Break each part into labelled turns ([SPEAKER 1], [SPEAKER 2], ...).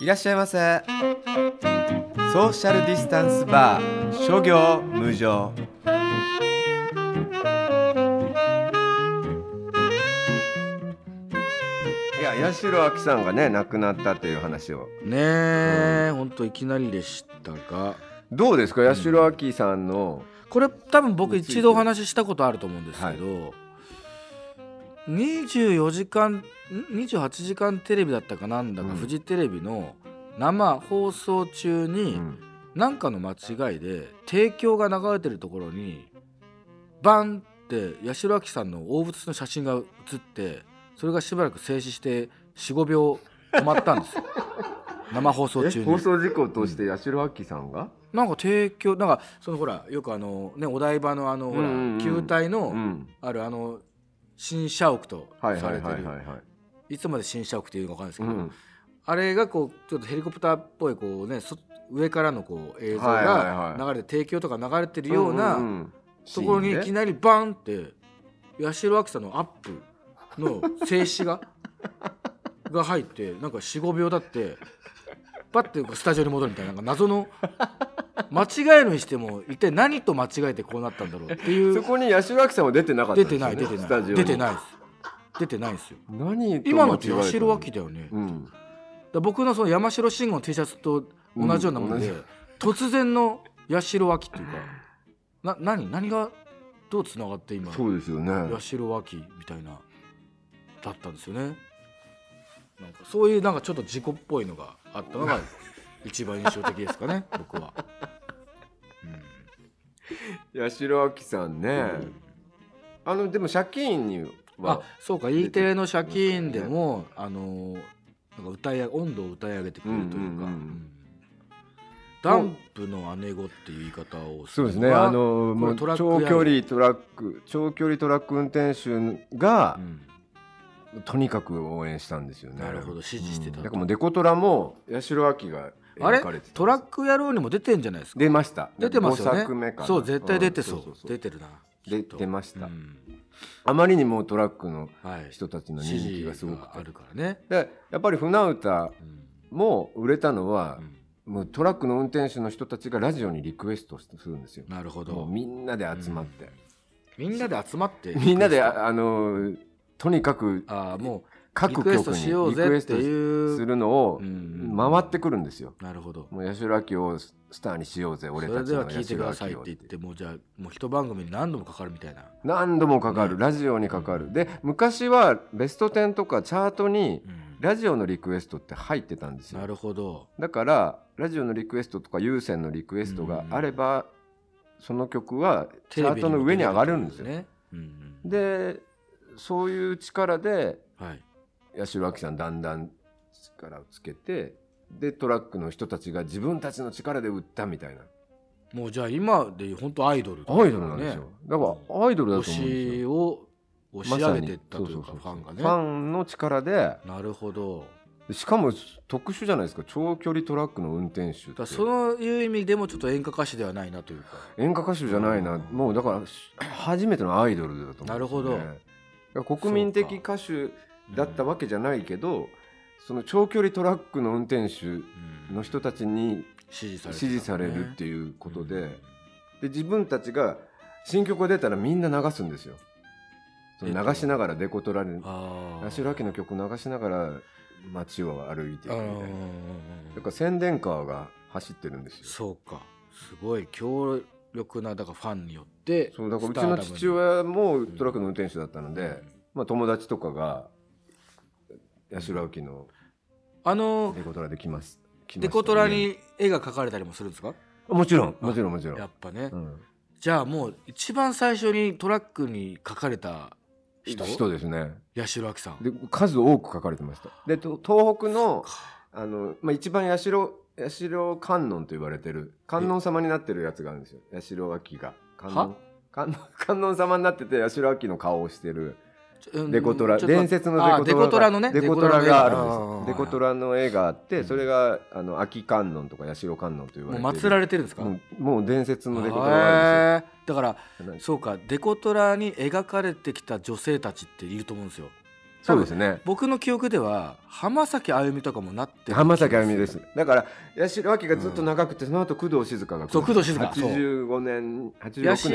[SPEAKER 1] いらっしゃいませソーシャルディスタンスバー諸行無常
[SPEAKER 2] いや八代亜紀さんがね亡くなったという話を
[SPEAKER 3] ねえ、ほんといきなりでしたが
[SPEAKER 2] どうですか八代亜紀さんの、
[SPEAKER 3] これ多分僕一度お話ししたことあると思うんですけど、24時間ん28時間テレビだったかなんだか、
[SPEAKER 2] うん
[SPEAKER 3] フジテレビの生放送中
[SPEAKER 2] う
[SPEAKER 3] に
[SPEAKER 2] ん
[SPEAKER 3] 何かの間違いで提供が流れてるところにバンって八代亜紀さんの大仏の写真が写ってそれがしばらく静止して45秒止まったんですよ 生放送中
[SPEAKER 2] え
[SPEAKER 3] に
[SPEAKER 2] 放送事故として八代亜紀さんが、
[SPEAKER 3] なんか提供なんかそのほらよくあのねお台場のあのほら、
[SPEAKER 2] うんうんうん
[SPEAKER 3] 球体の、
[SPEAKER 2] うん、
[SPEAKER 3] あるあの新社屋とさ
[SPEAKER 2] はい
[SPEAKER 3] れて
[SPEAKER 2] はい
[SPEAKER 3] る、
[SPEAKER 2] はいいはいはい、
[SPEAKER 3] つまで新社屋っていうのかわか
[SPEAKER 2] うん
[SPEAKER 3] ないで
[SPEAKER 2] ん、
[SPEAKER 3] すけど、あれがこうちょっとヘリコプターっぽいこうねそ上からのこう映像
[SPEAKER 2] はいは
[SPEAKER 3] が
[SPEAKER 2] い
[SPEAKER 3] 流
[SPEAKER 2] は
[SPEAKER 3] れて提供とか流れてるよう
[SPEAKER 2] うんう
[SPEAKER 3] なん
[SPEAKER 2] うん
[SPEAKER 3] ところに
[SPEAKER 2] シー
[SPEAKER 3] い
[SPEAKER 2] ン
[SPEAKER 3] き
[SPEAKER 2] ね
[SPEAKER 3] なりバンって八代亜紀さんのアップの静 止画が入ってなんか45秒経ってパッてこうスタジオに戻るみたいななんか謎の間違えるにしても一体何と間違えてこうなったんだろうっていう
[SPEAKER 2] そこに八代亜紀さんは出てなかった
[SPEAKER 3] 出
[SPEAKER 2] んで
[SPEAKER 3] て
[SPEAKER 2] すよね
[SPEAKER 3] ない出てな
[SPEAKER 2] スタジオ
[SPEAKER 3] い
[SPEAKER 2] に
[SPEAKER 3] 出てないです出てないですよ
[SPEAKER 2] 何と
[SPEAKER 3] 今のって
[SPEAKER 2] 間違えた
[SPEAKER 3] 八代亜紀だよね、だか
[SPEAKER 2] うん
[SPEAKER 3] ら僕のその山城慎吾の T シャツと同じようなもので、
[SPEAKER 2] うん
[SPEAKER 3] 突然の八代亜紀っていうかな何何がどうつながって今
[SPEAKER 2] そうですよね
[SPEAKER 3] 八代亜紀みたいなだったんですよねなんかそういうなんかちょっと事故っぽいのがあった のが一番印象的ですかね僕は、
[SPEAKER 2] 八代亜紀さんね、あのでも借金に
[SPEAKER 3] うん、あ
[SPEAKER 2] は
[SPEAKER 3] そうか E テレの借金でも、あのなんか歌い上げ温度を歌い上げてくれるというか、
[SPEAKER 2] うんうんうん
[SPEAKER 3] うんダンプの姉御っていう言い方を
[SPEAKER 2] そうですね
[SPEAKER 3] 僕は
[SPEAKER 2] あのもう
[SPEAKER 3] ト
[SPEAKER 2] 長
[SPEAKER 3] ラック
[SPEAKER 2] 距
[SPEAKER 3] やる
[SPEAKER 2] 離トラック長距離トラック運転手が
[SPEAKER 3] う、ん
[SPEAKER 2] とにかく応援したんですよね
[SPEAKER 3] なるほど支持してた
[SPEAKER 2] だからもうデコトラも八代亜紀が
[SPEAKER 3] あれ
[SPEAKER 2] 描かれてた
[SPEAKER 3] トラック野郎にも出てんじゃないですか
[SPEAKER 2] 出ました
[SPEAKER 3] 出てますよ
[SPEAKER 2] 5
[SPEAKER 3] ね
[SPEAKER 2] 作目かな
[SPEAKER 3] そう絶対出てそう,、
[SPEAKER 2] んそうそう
[SPEAKER 3] 出てるな
[SPEAKER 2] で
[SPEAKER 3] きっと
[SPEAKER 2] 出ました
[SPEAKER 3] うん
[SPEAKER 2] あまりにもトラックの
[SPEAKER 3] はい、
[SPEAKER 2] 人たちの人
[SPEAKER 3] 支
[SPEAKER 2] 気
[SPEAKER 3] 持
[SPEAKER 2] がすごく
[SPEAKER 3] があるからね。
[SPEAKER 2] でやっぱり船歌
[SPEAKER 3] うん
[SPEAKER 2] も売れたのは
[SPEAKER 3] う、ん
[SPEAKER 2] もうトラックの運転手の人たちがラジオにリクエストするんですよ
[SPEAKER 3] なるほ
[SPEAKER 2] もう
[SPEAKER 3] ど。
[SPEAKER 2] みんなで集まって、
[SPEAKER 3] みんなで集まって。
[SPEAKER 2] みんなで
[SPEAKER 3] あ
[SPEAKER 2] ああのーとにかく
[SPEAKER 3] あーもうリ
[SPEAKER 2] 各
[SPEAKER 3] クエス
[SPEAKER 2] 局
[SPEAKER 3] ト
[SPEAKER 2] に
[SPEAKER 3] しよう
[SPEAKER 2] リ
[SPEAKER 3] ぜ
[SPEAKER 2] クエ
[SPEAKER 3] っ
[SPEAKER 2] ス
[SPEAKER 3] て
[SPEAKER 2] ト
[SPEAKER 3] い
[SPEAKER 2] す
[SPEAKER 3] う。
[SPEAKER 2] るのを
[SPEAKER 3] うん
[SPEAKER 2] 回ってくるんですよ、
[SPEAKER 3] なるほど。
[SPEAKER 2] もう八代亜紀をスターにしようぜ
[SPEAKER 3] そ
[SPEAKER 2] 俺た
[SPEAKER 3] れ
[SPEAKER 2] ち
[SPEAKER 3] で
[SPEAKER 2] の
[SPEAKER 3] は
[SPEAKER 2] 八
[SPEAKER 3] 聞いてく
[SPEAKER 2] 代亜
[SPEAKER 3] だ
[SPEAKER 2] 紀
[SPEAKER 3] さいって
[SPEAKER 2] を
[SPEAKER 3] 言ってもうじゃあもう一番組に何度もかかるみたいな。
[SPEAKER 2] 何度もかかる、ラジオにかかるで昔はベスト10とかチャートに
[SPEAKER 3] うん
[SPEAKER 2] ラジオのリクエストって入ってたんですよ
[SPEAKER 3] なるほど。
[SPEAKER 2] だからラジオのリクエストとか有線のリクエストがあれば、その曲はチャートの上に上がるんですよ。
[SPEAKER 3] ね。うんうん
[SPEAKER 2] でそういう力で
[SPEAKER 3] はい。
[SPEAKER 2] 八代亜紀さんだんだん力をつけてでトラックの人たちが自分たちの力で売ったみたいな
[SPEAKER 3] もうじゃあ今で本当アイドルだね。
[SPEAKER 2] アイドルなんですよ、だからアイドルだ
[SPEAKER 3] 推
[SPEAKER 2] と思うんです
[SPEAKER 3] し
[SPEAKER 2] よ。
[SPEAKER 3] を押し上げてったという
[SPEAKER 2] ま
[SPEAKER 3] か
[SPEAKER 2] さにそうそうそう
[SPEAKER 3] ファンが
[SPEAKER 2] ファ
[SPEAKER 3] ね。
[SPEAKER 2] ンの力で
[SPEAKER 3] なるほど。
[SPEAKER 2] しかも特殊じゃないですか長距離トラックの運転手っ
[SPEAKER 3] だから
[SPEAKER 2] て
[SPEAKER 3] そういう意味でもちょっと演歌歌手ではないなというか。
[SPEAKER 2] 演歌歌手じゃないな、
[SPEAKER 3] うん
[SPEAKER 2] もうだからし初めてのアイドルだと思うんですよね
[SPEAKER 3] なるほど
[SPEAKER 2] だから国民的歌手だったわけじゃないけど、その長距離トラックの運転手の人たちに
[SPEAKER 3] 支持されてた
[SPEAKER 2] 支持されるって
[SPEAKER 3] いう
[SPEAKER 2] いうことで,、で自分たちが新曲が出たらみんな流すんですよ。その流しながらデコトラに
[SPEAKER 3] ああ
[SPEAKER 2] 八代亜紀の曲流しながら街を歩いていくみたいなだ
[SPEAKER 3] の
[SPEAKER 2] から宣伝カーが走ってるんですよ。
[SPEAKER 3] そうかすごい強力なだからファンによって
[SPEAKER 2] そうだからう
[SPEAKER 3] スタ
[SPEAKER 2] ち
[SPEAKER 3] ー
[SPEAKER 2] の
[SPEAKER 3] ダムに
[SPEAKER 2] 父親もトラックの運転手だったので、まあ、友達とかが八代亜紀の
[SPEAKER 3] あの
[SPEAKER 2] デコトラで来ます。来ましたね
[SPEAKER 3] デコトラに絵が描かれたりもするんですか
[SPEAKER 2] もちろんもちろんもちろ
[SPEAKER 3] や
[SPEAKER 2] ん
[SPEAKER 3] っ。ぱね
[SPEAKER 2] うん
[SPEAKER 3] じゃあもう一番最初にトラックに描かれた人
[SPEAKER 2] 人ですね。
[SPEAKER 3] 八代亜紀さん
[SPEAKER 2] で数多く書かれてました。でと東北のあの、まあ、一番八代八代観音と言われてる観音様になってるやつがあるんですよ八代亜紀が。観音
[SPEAKER 3] は
[SPEAKER 2] 観音観音様になってて八代亜紀の顔をしてる。
[SPEAKER 3] うん
[SPEAKER 2] デコトラ
[SPEAKER 3] ちょっと
[SPEAKER 2] 伝説のデコトラ
[SPEAKER 3] あーデコトラのね
[SPEAKER 2] デコトラがあるんですデ
[SPEAKER 3] デコ
[SPEAKER 2] コ
[SPEAKER 3] ト
[SPEAKER 2] ト
[SPEAKER 3] ラ
[SPEAKER 2] ラの絵があっ
[SPEAKER 3] う
[SPEAKER 2] て
[SPEAKER 3] ん
[SPEAKER 2] それがあの秋観音とか八代観音と言わ
[SPEAKER 3] も
[SPEAKER 2] れ
[SPEAKER 3] う
[SPEAKER 2] て
[SPEAKER 3] 祀られてるんですか
[SPEAKER 2] もうもう伝説のデコトラがあ
[SPEAKER 3] へーだから
[SPEAKER 2] るんですよ
[SPEAKER 3] そうかデコトラに描かれてきた女性たちっていると思うんですよ
[SPEAKER 2] そうですね
[SPEAKER 3] 僕の記憶では浜崎あゆみとかもなってる
[SPEAKER 2] 浜崎あゆみですだから八代亜紀がずっと長くて、その後工藤静香が来る
[SPEAKER 3] そう工藤静香そう
[SPEAKER 2] 85年86年
[SPEAKER 3] 八代亜紀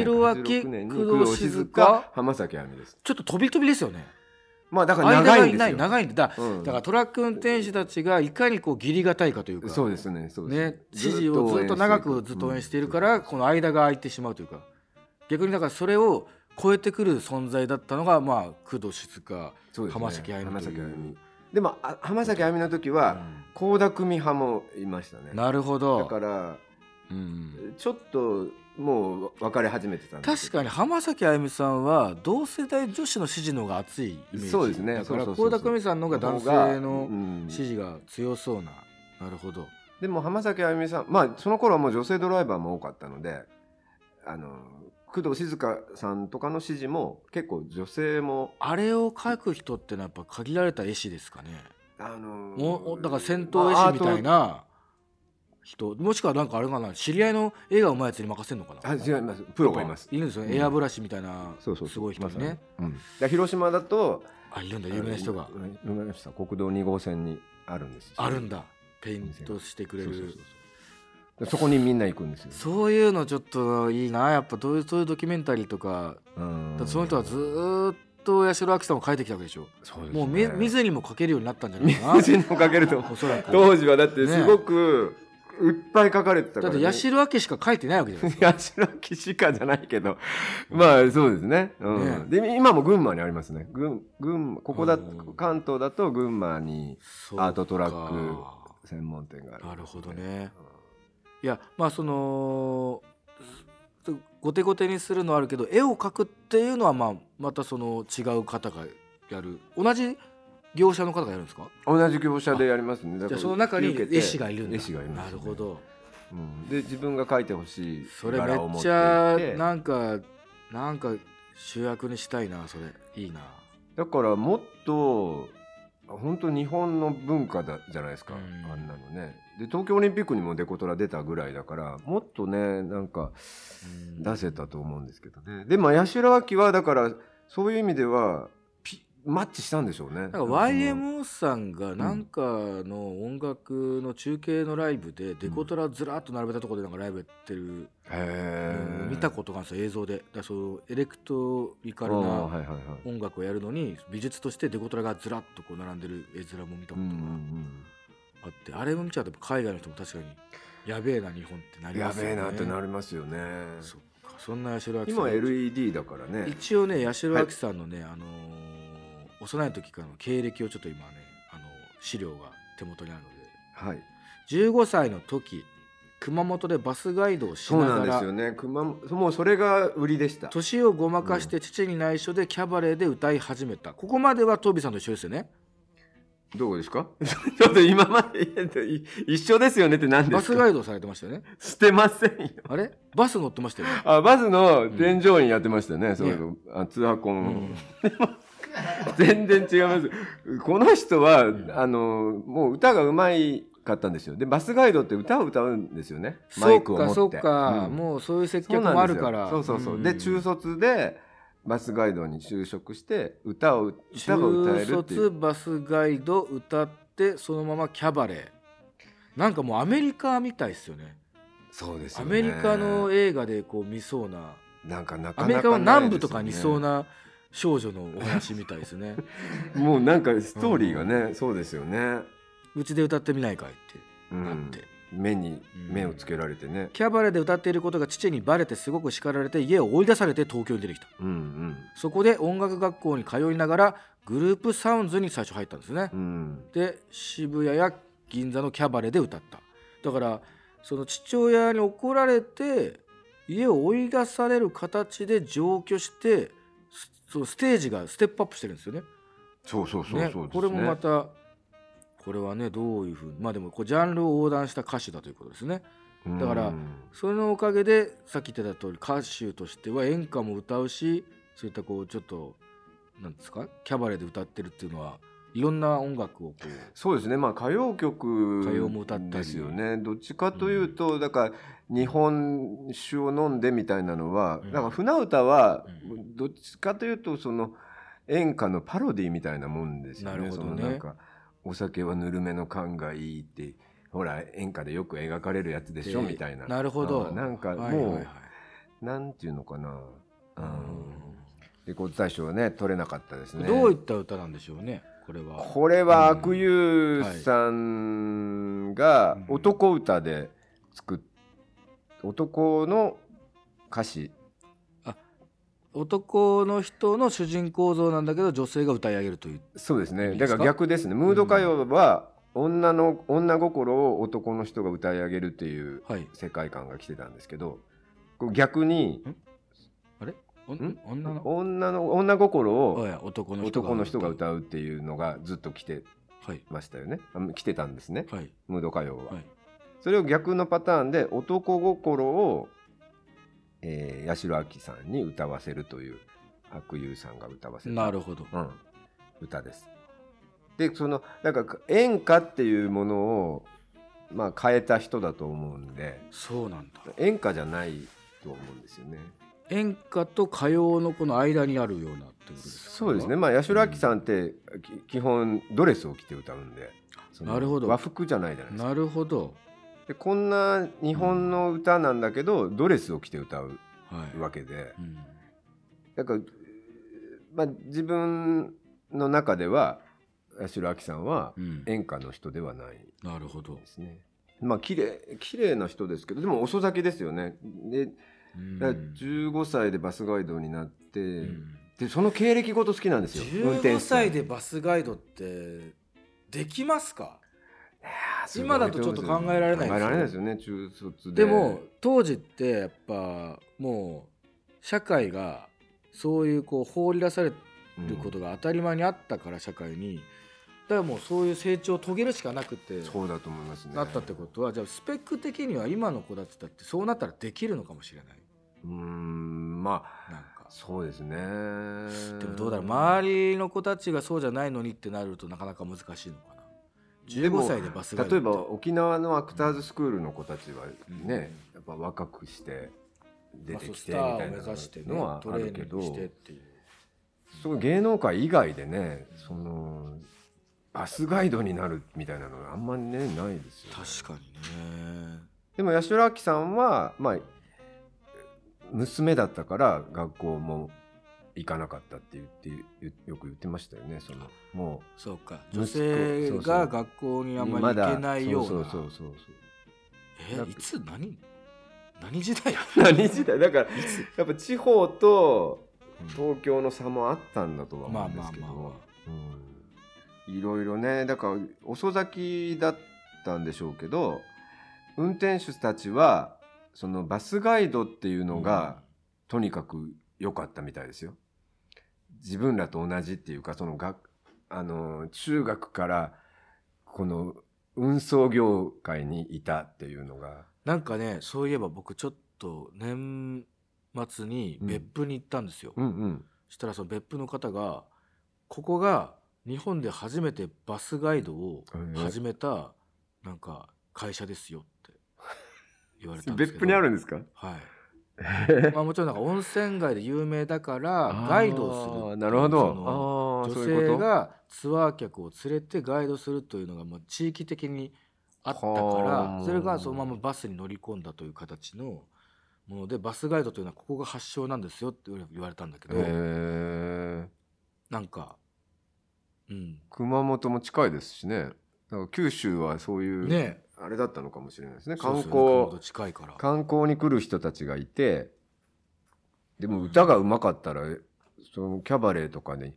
[SPEAKER 2] 86年に
[SPEAKER 3] 工
[SPEAKER 2] 工
[SPEAKER 3] 藤
[SPEAKER 2] 藤
[SPEAKER 3] 静
[SPEAKER 2] 静
[SPEAKER 3] 香
[SPEAKER 2] 香浜崎あゆみです
[SPEAKER 3] ちょっと飛び飛びですよね
[SPEAKER 2] まあだから
[SPEAKER 3] 間
[SPEAKER 2] 長
[SPEAKER 3] が
[SPEAKER 2] いん
[SPEAKER 3] い
[SPEAKER 2] で
[SPEAKER 3] な
[SPEAKER 2] す
[SPEAKER 3] い
[SPEAKER 2] よ
[SPEAKER 3] 長いんだだ
[SPEAKER 2] うん
[SPEAKER 3] からトラック運転手たちがいかにこう義理がたいかというか
[SPEAKER 2] そうですねそうです
[SPEAKER 3] ね支持をずっと長くずっと応援しているか、らこの間が空いてしまうというか逆にだからそれを超えてくる存在だったのがまあ工藤静香
[SPEAKER 2] そうですね
[SPEAKER 3] 浜崎あゆみ
[SPEAKER 2] 浜
[SPEAKER 3] という
[SPEAKER 2] 崎あゆみでもあ浜崎あゆみの時は倖、田來未派もいましたね
[SPEAKER 3] なるほ
[SPEAKER 2] だ
[SPEAKER 3] ど
[SPEAKER 2] から
[SPEAKER 3] うん
[SPEAKER 2] ちょっともう別れ始めてたんです
[SPEAKER 3] 確かに浜崎あゆみさんは同世代女子の支持の方が熱いイメージ
[SPEAKER 2] そうですね
[SPEAKER 3] だから
[SPEAKER 2] そうそうそうそ
[SPEAKER 3] 倖田
[SPEAKER 2] う
[SPEAKER 3] 來未さんの方が男性の
[SPEAKER 2] うん
[SPEAKER 3] 支持が強そうななるほど
[SPEAKER 2] でも浜崎あゆみさんまあその頃はもう女性ドライバーも多かったのであの工藤静香さんとかの指示も結構女性も
[SPEAKER 3] あれを書く人ってのはやっぱ限られた絵師ですかね
[SPEAKER 2] あの
[SPEAKER 3] もうだから戦闘絵師みたい
[SPEAKER 2] な
[SPEAKER 3] な人もしくはなんかあれかな知り合いの絵がうまいやつに任せるのかな
[SPEAKER 2] あ違いますプロがいます
[SPEAKER 3] いるんですよね、
[SPEAKER 2] うん
[SPEAKER 3] エアブラシみたいな
[SPEAKER 2] そうそうそう
[SPEAKER 3] すごい人
[SPEAKER 2] まさ
[SPEAKER 3] ね、
[SPEAKER 2] にうんだから広島だと
[SPEAKER 3] あいるんだ有名な人が
[SPEAKER 2] あの有名な人が国道2号線にあるんですよ
[SPEAKER 3] あるんだペイントしてくれる
[SPEAKER 2] そ
[SPEAKER 3] そうう
[SPEAKER 2] そうそうそうでそこにみんな行くんですよ
[SPEAKER 3] いうのちょっといいなやっぱどういうそういうドキュメンタリーとか
[SPEAKER 2] うん
[SPEAKER 3] だってその 人はずーっと八代亜紀さんを描いてきたわけでしょ
[SPEAKER 2] そうですね
[SPEAKER 3] もうみ見ずにも描けるようになったんじゃな いか
[SPEAKER 2] 水にもかけると
[SPEAKER 3] なおそらく
[SPEAKER 2] 当時はだってすごくいっぱい書かれてたか
[SPEAKER 3] だっ
[SPEAKER 2] ら、
[SPEAKER 3] て八代亜紀しか描いてないわけじ ゃないですか
[SPEAKER 2] ヤシロキシカじゃないけど、まあそうですね。うんで今も群馬にありますね。群群馬ここだ、
[SPEAKER 3] うん
[SPEAKER 2] 関東だと群馬に
[SPEAKER 3] そうか
[SPEAKER 2] アートトラック専門店がある、
[SPEAKER 3] なるほどねいやまあそのすごてごてにするのはあるけど絵を描くっていうのは、まあ、またその違う方がやる同じ業者の方がやるんですか
[SPEAKER 2] うん。同じ業者でやりますね。だか
[SPEAKER 3] じゃあ
[SPEAKER 2] ら
[SPEAKER 3] その中に
[SPEAKER 2] 引き受けて
[SPEAKER 3] 絵師がいるんだ
[SPEAKER 2] 絵師がいるんです
[SPEAKER 3] な
[SPEAKER 2] よね
[SPEAKER 3] るほ。ど
[SPEAKER 2] うんで自分が描いてほしい
[SPEAKER 3] それめっ
[SPEAKER 2] 柄を持って
[SPEAKER 3] ち
[SPEAKER 2] い
[SPEAKER 3] ゃ
[SPEAKER 2] って
[SPEAKER 3] なんかなんか主役にしたいなそれいいな
[SPEAKER 2] だからもっと本当日本の文化だじゃないですか、
[SPEAKER 3] うん
[SPEAKER 2] あんなのねで東京オリンピックにもデコトラ出たぐらいだからもっとねなんか
[SPEAKER 3] うん
[SPEAKER 2] 出せたと思うんですけどねでも八代亜紀はだからそういう意味ではピマッチしたんでしょうねなん
[SPEAKER 3] なんか YMO さんがなんかの音楽の中継のライブでデコトラずらっと並べたところでなんかライブやってる
[SPEAKER 2] へ
[SPEAKER 3] 見た
[SPEAKER 2] こ
[SPEAKER 3] ことがあるんですよ映像でだからそうエレクトリカル
[SPEAKER 2] はい
[SPEAKER 3] な
[SPEAKER 2] はいはい
[SPEAKER 3] 音楽をやるのに美術としてデコトラがずらっとこう並んでる絵面も見た
[SPEAKER 2] う
[SPEAKER 3] こ
[SPEAKER 2] ん
[SPEAKER 3] と
[SPEAKER 2] う
[SPEAKER 3] が
[SPEAKER 2] ん
[SPEAKER 3] あって、あれを見ちゃうとやっぱ海外の人も確かにやべえな日本ってな
[SPEAKER 2] うん
[SPEAKER 3] りま
[SPEAKER 2] や
[SPEAKER 3] すよね
[SPEAKER 2] べえなってなりますよね
[SPEAKER 3] そっかそんな八代亜紀さん
[SPEAKER 2] 今 LED だからね
[SPEAKER 3] 一応ね八代亜紀さんのね、あのー幼い時からの経歴をちょっと今ね、あの資料が手元にあるので
[SPEAKER 2] はい
[SPEAKER 3] 15歳の時熊本でバスガイドをし
[SPEAKER 2] そう
[SPEAKER 3] な
[SPEAKER 2] なん
[SPEAKER 3] が
[SPEAKER 2] で
[SPEAKER 3] ら
[SPEAKER 2] すよね熊本もうそれが売りでした
[SPEAKER 3] 年をごまかして父に内緒でキャバレーで歌い始めた、ここまではトービーさんと一緒ですよね
[SPEAKER 2] どうですか ちょっと今まで言えてい一緒ですよねって何で
[SPEAKER 3] バ
[SPEAKER 2] す
[SPEAKER 3] ス
[SPEAKER 2] か
[SPEAKER 3] ガイドされてましたよね
[SPEAKER 2] 捨てませんよ
[SPEAKER 3] あれバス乗ってましたよね
[SPEAKER 2] あバスの添乗員やってましたよね、そういうあ通販コン、
[SPEAKER 3] うん
[SPEAKER 2] 全然違います。この人は、あの、もう歌がうまいかったんですよ。で、バスガイドって歌を歌うんですよね。マ
[SPEAKER 3] そう
[SPEAKER 2] イクを持っ
[SPEAKER 3] か
[SPEAKER 2] て。
[SPEAKER 3] そうか、
[SPEAKER 2] ん
[SPEAKER 3] もうそういう接
[SPEAKER 2] そう
[SPEAKER 3] 客
[SPEAKER 2] なん
[SPEAKER 3] も
[SPEAKER 2] ですよ
[SPEAKER 3] あるから
[SPEAKER 2] そうそうそう。
[SPEAKER 3] ん
[SPEAKER 2] で、中卒で、バスガイドに就職して、歌を、歌が歌え
[SPEAKER 3] 中
[SPEAKER 2] るってい
[SPEAKER 3] 卒
[SPEAKER 2] う。
[SPEAKER 3] バスガイド歌ってそのままキャバレーなんかもうアメリカみたいですよね
[SPEAKER 2] そうです
[SPEAKER 3] ア
[SPEAKER 2] よ
[SPEAKER 3] メ
[SPEAKER 2] ね。
[SPEAKER 3] リカの映画でこう見そうな
[SPEAKER 2] なんかなかなか
[SPEAKER 3] アメリカは
[SPEAKER 2] ないですよね
[SPEAKER 3] 南部とかにいそう。な少女のお話みたいです ね
[SPEAKER 2] もうなんかストーリーがね、そうですよね。
[SPEAKER 3] うちで歌ってみないかいって
[SPEAKER 2] う
[SPEAKER 3] なっ
[SPEAKER 2] ん
[SPEAKER 3] て。
[SPEAKER 2] 目に、目をつけられてね。
[SPEAKER 3] キャバレーで歌っていることが父にバレてすごく叱られて家を追い出されて東京に出てきた
[SPEAKER 2] うんうん。
[SPEAKER 3] そこで音楽学校に通いながらグループサウンズに最初入ったんですね、
[SPEAKER 2] うん。
[SPEAKER 3] で渋谷や銀座のキャバレーで歌っただからその父親に怒られて家を追い出される形で上京してスそのステージがステップアップしてるんですよね
[SPEAKER 2] そうそうそうそうですね。
[SPEAKER 3] ねこれもまたこれはねどういうふうにまあでもこうジャンルを横断した歌手だということですねだから
[SPEAKER 2] うん
[SPEAKER 3] そのおかげでさっき言ってた通り歌手としては演歌も歌うしそういったこうちょっとなんですかキャバレーで歌ってるっていうのはいろんな音楽をこう
[SPEAKER 2] そうですねまあ歌謡曲
[SPEAKER 3] 歌謡も歌ったり
[SPEAKER 2] ですよねどっちかというと、だから日本酒を飲んでみたいなのは、
[SPEAKER 3] うん
[SPEAKER 2] だから船歌は
[SPEAKER 3] う
[SPEAKER 2] どっちかというとその演歌のパロディみたいなもんですよね。
[SPEAKER 3] なるほどね
[SPEAKER 2] そのなんかお酒はぬるめの缶がいいってほら演歌でよく描かれるやつでしょ
[SPEAKER 3] で
[SPEAKER 2] みたいな。
[SPEAKER 3] なるほど
[SPEAKER 2] あーなんかもう、
[SPEAKER 3] はいはいはい
[SPEAKER 2] なんていうのかな。う
[SPEAKER 3] うん
[SPEAKER 2] ん、レコード大賞はね取れなかったですね。
[SPEAKER 3] どういった歌なんでしょうねこれは
[SPEAKER 2] これは悪友さんが
[SPEAKER 3] うん
[SPEAKER 2] 男歌で作っ男の歌詞
[SPEAKER 3] 男の人の主人公像なんだけど女性が歌い上げるという
[SPEAKER 2] そうです
[SPEAKER 3] い
[SPEAKER 2] ね
[SPEAKER 3] いで
[SPEAKER 2] だ
[SPEAKER 3] すか
[SPEAKER 2] から逆ですねムード歌謡は女の女心を男の人が歌い上げるっていう
[SPEAKER 3] はい
[SPEAKER 2] 世界観が来てたんですけどこう逆に
[SPEAKER 3] お
[SPEAKER 2] ん
[SPEAKER 3] 女の
[SPEAKER 2] 女の女心
[SPEAKER 3] お
[SPEAKER 2] を
[SPEAKER 3] や男の人が
[SPEAKER 2] 男の人が歌うっていうのがずっと来て
[SPEAKER 3] はい
[SPEAKER 2] ましたよねあ来てたんですね
[SPEAKER 3] はい
[SPEAKER 2] ムード歌謡は。
[SPEAKER 3] はい
[SPEAKER 2] それを逆のパターンで男心を、えー、八代亜紀さんに歌わせるという白友さんが歌わせる
[SPEAKER 3] なるほど
[SPEAKER 2] うん、歌です。でそのなんか演歌っていうものを、まあ、変えた人だと思うんで
[SPEAKER 3] そうなんだ
[SPEAKER 2] 演歌じゃないと思うんですよね。
[SPEAKER 3] 演歌と歌謡のこの間にあるようなってことですか
[SPEAKER 2] そうですね、まあ、八代亜紀さんってき基本ドレスを着て歌うんでその
[SPEAKER 3] なるほど
[SPEAKER 2] 和服じゃないじゃないですか。
[SPEAKER 3] なるほど
[SPEAKER 2] でこんな日本の歌なんだけど、ドレスを着て歌う
[SPEAKER 3] はい
[SPEAKER 2] わけで。
[SPEAKER 3] うん
[SPEAKER 2] なんか、えーまあ、自分の中では八代亜紀さんは
[SPEAKER 3] うん
[SPEAKER 2] 演歌の人ではない
[SPEAKER 3] なるほど
[SPEAKER 2] ですね。まあ綺麗綺麗な人ですけどでも遅咲きですよね。で
[SPEAKER 3] うん
[SPEAKER 2] だから15歳でバスガイドになって、
[SPEAKER 3] うん
[SPEAKER 2] でその経歴ごと好きなんですよ運転手
[SPEAKER 3] 15
[SPEAKER 2] さん
[SPEAKER 3] 歳でバスガイドってできますか
[SPEAKER 2] あーすごい
[SPEAKER 3] 今だとちょっと考えられないですよ
[SPEAKER 2] 考えられないですよね中卒で。
[SPEAKER 3] でも当時ってやっぱもう社会がそういうこう放り出されることが当たり前にあったから社会にだからもうそういう成長を遂げるしかなくて
[SPEAKER 2] うんそうだと思いますね。
[SPEAKER 3] なったってことはじゃあスペック的には今の子たちだってそうなったらできるのかもしれないう
[SPEAKER 2] ーんまあ
[SPEAKER 3] なんか
[SPEAKER 2] そうですね。
[SPEAKER 3] でもどうだろう周りの子たちがそうじゃないのにってなるとなかなか難しいのかな
[SPEAKER 2] でも
[SPEAKER 3] 15歳でバスガイド
[SPEAKER 2] 例えば
[SPEAKER 3] って
[SPEAKER 2] 沖縄のアクターズスクールの子たちは
[SPEAKER 3] うん
[SPEAKER 2] ね、やっぱ若くして出てきてみ
[SPEAKER 3] まあ
[SPEAKER 2] たい
[SPEAKER 3] そうスターを目指して
[SPEAKER 2] な
[SPEAKER 3] ね
[SPEAKER 2] のは
[SPEAKER 3] ト
[SPEAKER 2] あ
[SPEAKER 3] レー
[SPEAKER 2] る
[SPEAKER 3] ニ
[SPEAKER 2] け
[SPEAKER 3] ングしてっ
[SPEAKER 2] ど
[SPEAKER 3] ていう
[SPEAKER 2] そう芸能界以外でねそのバスガイドになるみたいなのはあんまりねないですよね、
[SPEAKER 3] 確かにね
[SPEAKER 2] でも八代亜紀さんはまあ娘だったから学校も行かなかったって言って言よく言ってましたよねそのも
[SPEAKER 3] そうか
[SPEAKER 2] 息子
[SPEAKER 3] 女性が学校
[SPEAKER 2] う
[SPEAKER 3] にあんまり行けないような
[SPEAKER 2] まだそうそうそうそう
[SPEAKER 3] えいつ何何時代
[SPEAKER 2] 何時代だからやっぱ地方と東京の差もあったんだとは思
[SPEAKER 3] まあ
[SPEAKER 2] うんで
[SPEAKER 3] まあ
[SPEAKER 2] すけど、
[SPEAKER 3] まあま
[SPEAKER 2] うんいろいろねだから遅咲きだったんでしょうけど運転手たちはそのバスガイドっていう
[SPEAKER 3] あ
[SPEAKER 2] のが、とにかく良かったみたいですよ。自分らと同じっていうかその学あの中学からこの運送業界にいたっていうのが。
[SPEAKER 3] なんかねそういえば僕ちょっと年末に別府に行ったんですよ、
[SPEAKER 2] うんうん
[SPEAKER 3] そしたらその別府の方がここが日本で初めてバスガイドを始めたなんか会社ですよって言われたんですけ
[SPEAKER 2] 別
[SPEAKER 3] ど
[SPEAKER 2] 府にあるんですか
[SPEAKER 3] はい
[SPEAKER 2] へ
[SPEAKER 3] まあ、もちろんなんか温泉街で有名だからガイドをするっていう
[SPEAKER 2] なるほ
[SPEAKER 3] その
[SPEAKER 2] どあー
[SPEAKER 3] 女
[SPEAKER 2] そういう
[SPEAKER 3] 性
[SPEAKER 2] こと
[SPEAKER 3] がツアー客を連れてガイドするというのがまあ地域的にあったか
[SPEAKER 2] は
[SPEAKER 3] ら
[SPEAKER 2] あ
[SPEAKER 3] それがそのままバスに乗り込んだという形のものでバスガイドというのはここが発祥なんですよって言われたんだけど
[SPEAKER 2] へー
[SPEAKER 3] なんかうん
[SPEAKER 2] 熊本も近いですしねなんか九州はそういう、
[SPEAKER 3] ね
[SPEAKER 2] あれだったのかもしれないですね
[SPEAKER 3] え
[SPEAKER 2] 観光
[SPEAKER 3] そうそう熊本近いから
[SPEAKER 2] 観光に来る人たちがいてでも歌がうまかったらそのキャバレーとかに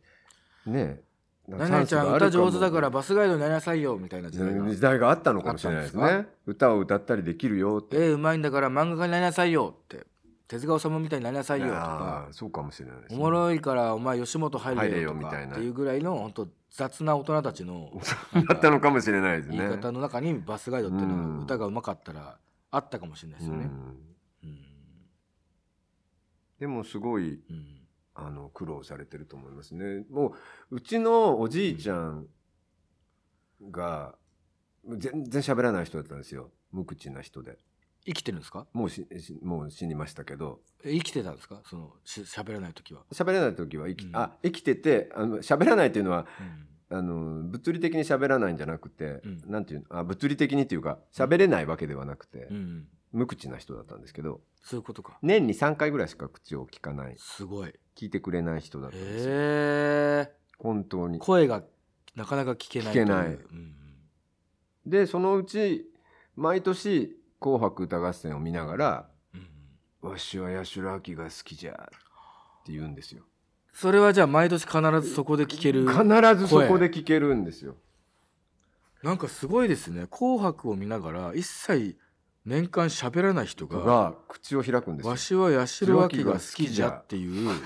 [SPEAKER 2] ね
[SPEAKER 3] 何々ちゃん歌上手だから
[SPEAKER 2] バ
[SPEAKER 3] バスガイドになりなさいよみたいな時代が
[SPEAKER 2] 時代があったのかもしれないです
[SPEAKER 3] あったん
[SPEAKER 2] ね歌を歌ったりできるよって
[SPEAKER 3] 絵うまいんだから漫画家になりなさいよって手塚治虫みたいになりなさいよとか
[SPEAKER 2] あーそうかもしれないです
[SPEAKER 3] お
[SPEAKER 2] ね
[SPEAKER 3] も ろいからお前吉本入れよと
[SPEAKER 2] 入れよみ
[SPEAKER 3] か
[SPEAKER 2] たい
[SPEAKER 3] っ
[SPEAKER 2] な
[SPEAKER 3] ていうぐらいの本当雑な大人たちのなん
[SPEAKER 2] だった
[SPEAKER 3] か
[SPEAKER 2] のかもしれないですね
[SPEAKER 3] 言い方の中にバスガイドっていうの
[SPEAKER 2] う
[SPEAKER 3] は
[SPEAKER 2] ん
[SPEAKER 3] 歌がうまかったらあったかもしれないですよ
[SPEAKER 2] う
[SPEAKER 3] ね。
[SPEAKER 2] ん
[SPEAKER 3] うん
[SPEAKER 2] でもすごい
[SPEAKER 3] うん
[SPEAKER 2] あの苦労されてると思いますね。もううちのおじいちゃんが全然喋らない人だったんですよ無口な人で。
[SPEAKER 3] 生きてるんですか
[SPEAKER 2] もうししもう死にましたけど
[SPEAKER 3] え生きてたんですかそのし喋らない時は、
[SPEAKER 2] 喋らない時は生き,、
[SPEAKER 3] うん
[SPEAKER 2] あ生きててあの喋らないっていうのは
[SPEAKER 3] うん
[SPEAKER 2] あの物理的に喋らないんじゃなくて、
[SPEAKER 3] うん
[SPEAKER 2] なんていうのあ物理的にっていうか喋れないわけではなくて、
[SPEAKER 3] うんうん
[SPEAKER 2] 無口な人だったんですけど
[SPEAKER 3] そういうことか
[SPEAKER 2] 年に3回ぐらいしか口を聞かない
[SPEAKER 3] すごいへ
[SPEAKER 2] 聞いてくれない人だったんですよ
[SPEAKER 3] え
[SPEAKER 2] 本当に
[SPEAKER 3] 声がなかなか聞けない
[SPEAKER 2] 聞けない
[SPEAKER 3] とううん
[SPEAKER 2] でそのうち毎年「紅白歌合戦」を見ながら
[SPEAKER 3] うんう
[SPEAKER 2] 「
[SPEAKER 3] ん
[SPEAKER 2] わしは八代亜紀が好きじゃ」って言うんですよ
[SPEAKER 3] それはじゃあ毎年必ずそこで聞ける
[SPEAKER 2] 必ずそこで聞けるんですよ
[SPEAKER 3] なんかすごいですね「紅白」を見ながら一切年間喋らない人が
[SPEAKER 2] が口を開くん
[SPEAKER 3] 「
[SPEAKER 2] ですよ
[SPEAKER 3] わしは八代亜紀が好きじゃ」っていう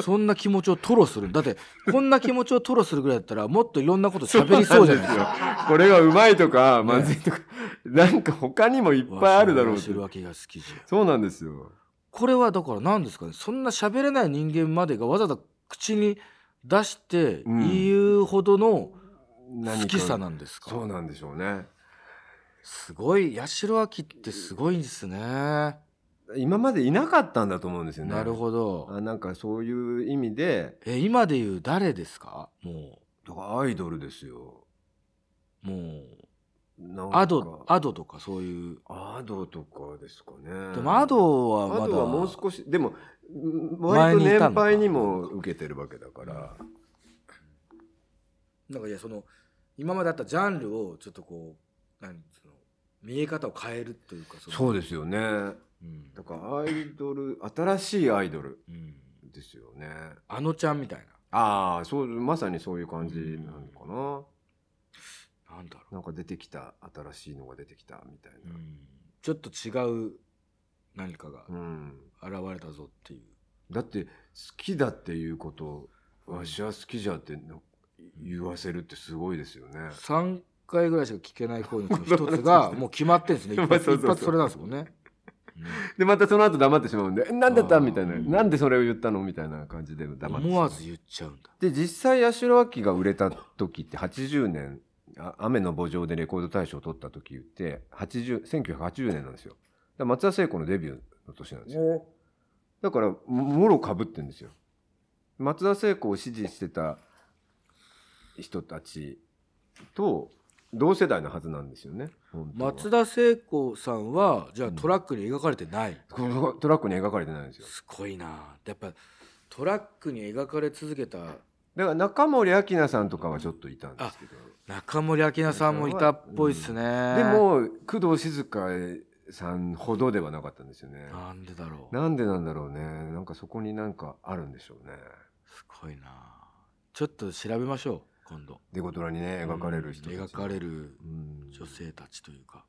[SPEAKER 3] そんな気持ちを吐露するだってこんな気持ちを吐露するぐらいだったらもっといろんなこと喋りそうじゃないですか。
[SPEAKER 2] す よこれがうまいとかまずいとか、なんか他にもいっぱいあるだろうっ
[SPEAKER 3] わ
[SPEAKER 2] て
[SPEAKER 3] しは八代亜紀が好きじゃ
[SPEAKER 2] そうなんですよ
[SPEAKER 3] これはだから何ですかねそんな喋れない人間までがわざわざ口に出して
[SPEAKER 2] うん
[SPEAKER 3] 言うほどの
[SPEAKER 2] 何
[SPEAKER 3] 好
[SPEAKER 2] か
[SPEAKER 3] きさなんですか、
[SPEAKER 2] そうなんでしょうね
[SPEAKER 3] すごい八代亜紀ってすごいですね
[SPEAKER 2] 今までいなかったんだと思うんですよね
[SPEAKER 3] なるほど
[SPEAKER 2] あなんかそういう意味で
[SPEAKER 3] え今で言う誰ですかも
[SPEAKER 2] だからアイドルですよ
[SPEAKER 3] うもう
[SPEAKER 2] なんか
[SPEAKER 3] アドアドとかそういう、
[SPEAKER 2] アドとかですかね
[SPEAKER 3] でもアドはまだ
[SPEAKER 2] アドはもう少しでもうん
[SPEAKER 3] 前
[SPEAKER 2] 割と
[SPEAKER 3] にいた
[SPEAKER 2] 年
[SPEAKER 3] のか
[SPEAKER 2] 配にも受けてるわけだから
[SPEAKER 3] なんかいやその今まであったジャンルをちょっとこう何その見え方を変えるというかその
[SPEAKER 2] そうですよね
[SPEAKER 3] うん
[SPEAKER 2] だからアイドル新しいアイドル
[SPEAKER 3] うん
[SPEAKER 2] ですよね
[SPEAKER 3] あのちゃんみたい
[SPEAKER 2] ああそうまさにそういう感じなのかな、
[SPEAKER 3] ななんだろ、
[SPEAKER 2] なんか出てきた新しいのが出てきたみたいうな
[SPEAKER 3] ちょっと違う何かが
[SPEAKER 2] うん
[SPEAKER 3] 現れたぞっていう
[SPEAKER 2] だって好きだっていうこと
[SPEAKER 3] うん
[SPEAKER 2] わしは好きじゃっての言わせるってすごいですよね
[SPEAKER 3] 3回ぐらいしか聞けない声のう ちの一つがもう決まってるんですね一発
[SPEAKER 2] そうそうそう
[SPEAKER 3] 一発それなんですもんね、うん
[SPEAKER 2] でまたその後黙ってしまうんで「えなんだった?」
[SPEAKER 3] あー
[SPEAKER 2] みたいな「なんでそれを言ったの?」みたいな感じで黙ってしまう
[SPEAKER 3] 思わず言っちゃうんだ
[SPEAKER 2] で実際八代亜紀が売れた時って80年あ雨の墓場でレコード大賞を取った時って80 1980年なんですよだから松田聖子のデビューの年なんですよだからももろかぶってんですよ松田聖子を支持してた人たちと同世代のはずなんですよね本当は
[SPEAKER 3] 松田聖子さんはじゃあ
[SPEAKER 2] うん
[SPEAKER 3] トラックに描かれてない、
[SPEAKER 2] このトラックに描かれてないんですよ
[SPEAKER 3] すごいなやっぱトラックに描かれ続けた
[SPEAKER 2] だから中森明菜さんとかはちょっといたんですけど
[SPEAKER 3] 中森明菜さんもいたっぽいっすね、
[SPEAKER 2] でも工藤静香さんほどではなかったんですよね。
[SPEAKER 3] なんでだろう
[SPEAKER 2] なんでなんだろうね。なんかそこになんかあるんでしょうね。
[SPEAKER 3] すごいなちょっと調べましょう今度
[SPEAKER 2] デコトラにね描かれる人たち、
[SPEAKER 3] うん描かれる
[SPEAKER 2] うん
[SPEAKER 3] 女性たちというか